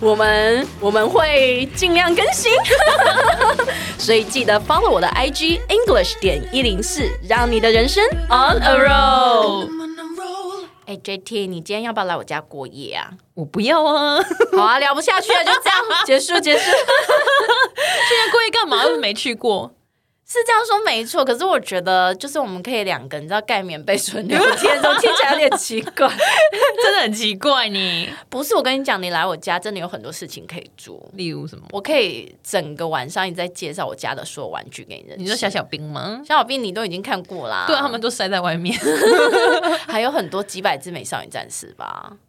我们我们会尽量更新，所以记得 follow 我的 IG English 点一零四，让你的人生 on a roll。哎、j t 你今天要不要来我家过夜啊？我不要 啊！现好啊，聊不下去了，就这样结束结束，在过夜干嘛？又没去过。是这样说没错。可是我觉得，就是我们可以两个，你知道盖棉被纯聊天，都听起来有点奇怪。 真的很奇怪你。不是，我跟你讲，你来我家真的有很多事情可以做。例如什么？我可以整个晚上一直在介绍我家的所有玩具给你认识。你说小小兵吗？小小兵你都已经看过啦，对啊，他们都塞在外面。还有很多几百只美少女战士 吧，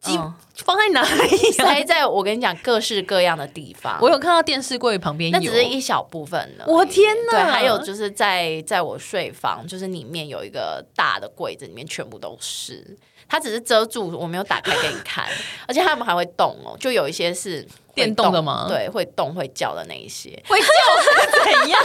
鸡嗯放在哪里 啊、塞在我跟你讲各式各样的地方。我有看到电视柜旁边有。那只是一小部分了。我天哪对，还有就是在在我睡房，就是里面有一个大的柜子，里面全部都是。它只是遮住，我没有打开给你看，而且它们还会动哦，就有一些是会电动的吗对，会动会叫的那一些， 会叫是怎样？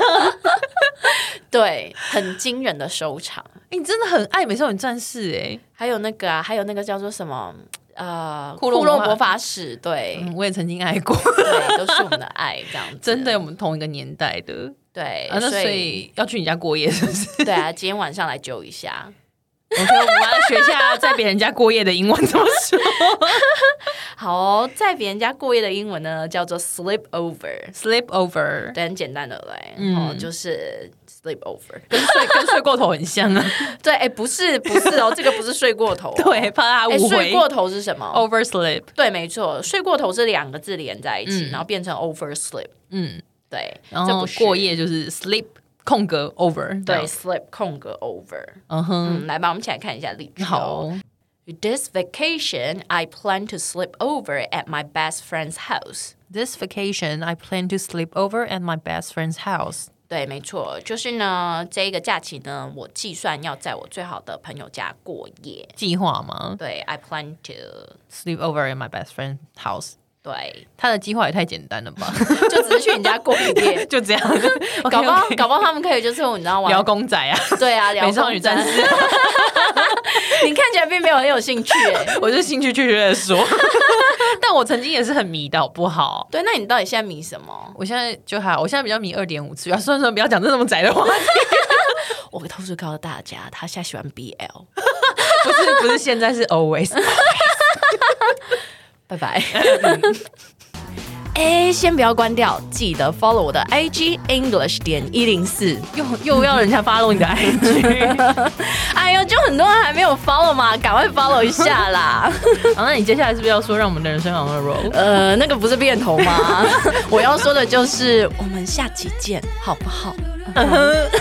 对，很惊人的收场。哎你真的很爱美少女战士哎、还有那个啊，还有那个叫做什么呃，库洛魔法魔法使，对，嗯，我也曾经爱 过，对，都是我们的爱，这样子。 真的，我们同一个年代的。对，啊，那所所以以要去你家过夜是不 是？对啊，今天晚上来揪一下。我觉得我们要学一下在别人家过夜的英文怎么 说。好哦、在别人家过夜的英文呢，叫做 sleep over， Sleep over，对，很简单的嘞，嗯哦，就是 sleep over。跟睡跟睡过头很像啊。 对，哎，不是，不是 哦，这个不是睡过头、哦，对，哦怕他哎，误睡会。过头是什么？ oversleep，对，没错，睡过头是两个字连在一起，嗯然后变成 oversleep。嗯，对，然这后不是嗯过。夜就是 sleep 空格 over，这对样，sleep 空格 over。嗯哼，嗯，来吧，我们一起来看一下例句、哦。好， This vacation, I plan to sleep over at my best friend's house. This vacation, I plan to sleep over at my best friend's house. 对，没错，就是呢，这个假期呢，我计算要在我最好的朋友家过夜。计划吗对，I plan to， ？Sleep over at my best friend's house. 对，他的计划也太简单了 吧？就只是去你家过个 夜。 就这样，搞不好 OK，OK 搞不好他们可以就是你知道玩聊公仔啊，对啊，聊 美少女战公士， 仔，你看起来并没有很有兴趣哎。我就兴趣缺缺的说。 但我曾经也是很迷的，好不好？对，那你到底现在迷什么？我现在就还好，我现在比较迷二点五次元。算了算了，不要讲这么窄的话题，我偷偷告诉大家，他现在喜欢 BL。不是不是，现在是 always。拜拜。 哎，先不要关掉，记得 follow 我的 IG English 点一零四。 又又要人家发动你的 IG。 哎呦，就很多人还没有 follow 嘛，赶快 follow 一下啦。好，那你接下来是不是要说让我们的人生 on a roll？呃，那个不是变头吗？ 我要说的就是，我们下期见，好不好？ And